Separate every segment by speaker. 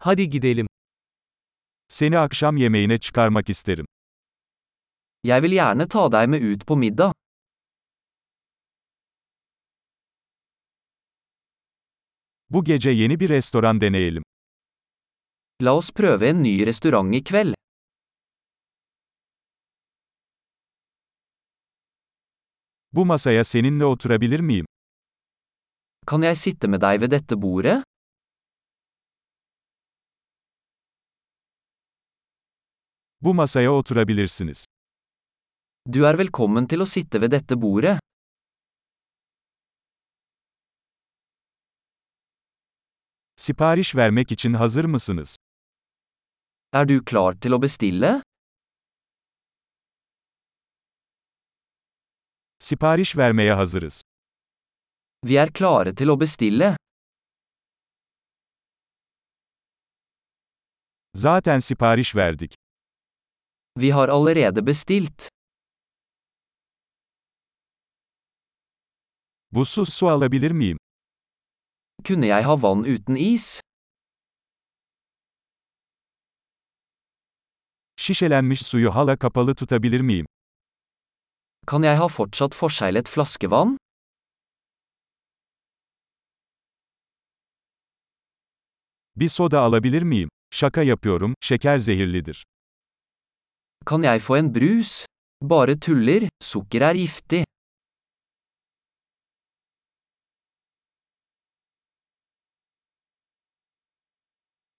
Speaker 1: Hadi gidelim.
Speaker 2: Seni akşam yemeğine çıkarmak isterim.
Speaker 3: Jeg vil gjerne ta deg med ut på middag.
Speaker 2: Bu gece yeni bir restoran deneyelim.
Speaker 3: La oss prøve en ny restaurant i kveld.
Speaker 2: Bu masaya seninle oturabilir miyim?
Speaker 3: Kan jeg sitte med deg ved dette bordet?
Speaker 2: Bu masaya oturabilirsiniz.
Speaker 3: Du er velkommen til å sitte ved dette bordet.
Speaker 2: Sipariş vermek için hazır mısınız?
Speaker 3: Er du klar til å bestille?
Speaker 2: Sipariş vermeye hazırız.
Speaker 3: Vi er klare til å bestille.
Speaker 2: Zaten sipariş verdik.
Speaker 3: Vi har allerede bestilt.
Speaker 2: Buzsuz su alabilir miyim?
Speaker 3: Kunne jeg ha vann uten is?
Speaker 2: Şişelenmiş suyu hala kapalı tutabilir miyim?
Speaker 3: Kan jeg ha fortsatt forseglet flaskevann?
Speaker 2: Bir soda alabilir miyim? Şaka yapıyorum, şeker zehirlidir.
Speaker 3: Kan jeg få en brus? Bare tuller, sukker er giftig.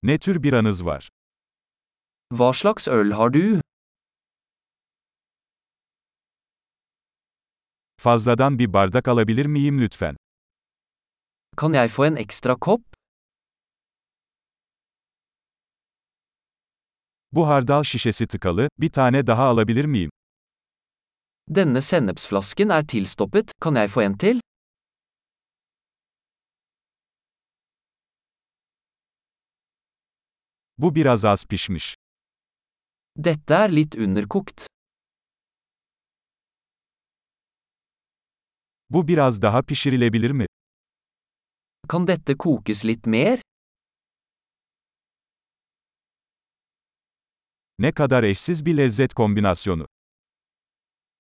Speaker 2: Ne tür bir anız var?
Speaker 3: Hva slags øl har du?
Speaker 2: Fazladan bir bardak alabilir miyim lütfen?
Speaker 3: Kan jeg få en ekstra kopp?
Speaker 2: Bu hardal şişesi tıkalı, bir tane daha alabilir miyim?
Speaker 3: Denne sennepsflasken er tilstoppet, kan jeg få en til?
Speaker 2: Bu biraz az pişmiş.
Speaker 3: Dette er litt underkokt.
Speaker 2: Bu biraz daha pişirilebilir mi?
Speaker 3: Kan dette kokes litt mer?
Speaker 2: Ne kadar eşsiz bir lezzet kombinasyonu.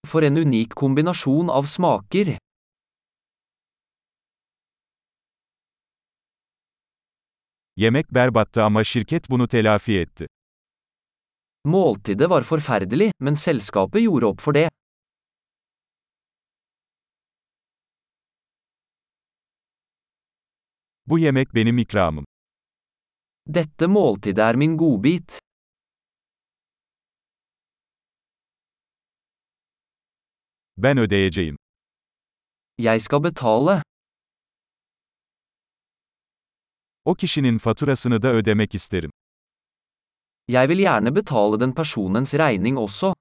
Speaker 3: For en unik kombinasjon av smaker.
Speaker 2: Yemek berbattı ama şirket bunu telafi etti.
Speaker 3: Måltidet var forferdelig, men selskapet gjorde opp for det.
Speaker 2: Bu yemek benim ikramım.
Speaker 3: Dette måltidet er min godbit.
Speaker 2: Ben ödeyeceğim.
Speaker 3: Jeg skal betale.
Speaker 2: O kişinin faturasını da ödemek isterim.
Speaker 3: Jeg vil gjerne betale den personens regning også.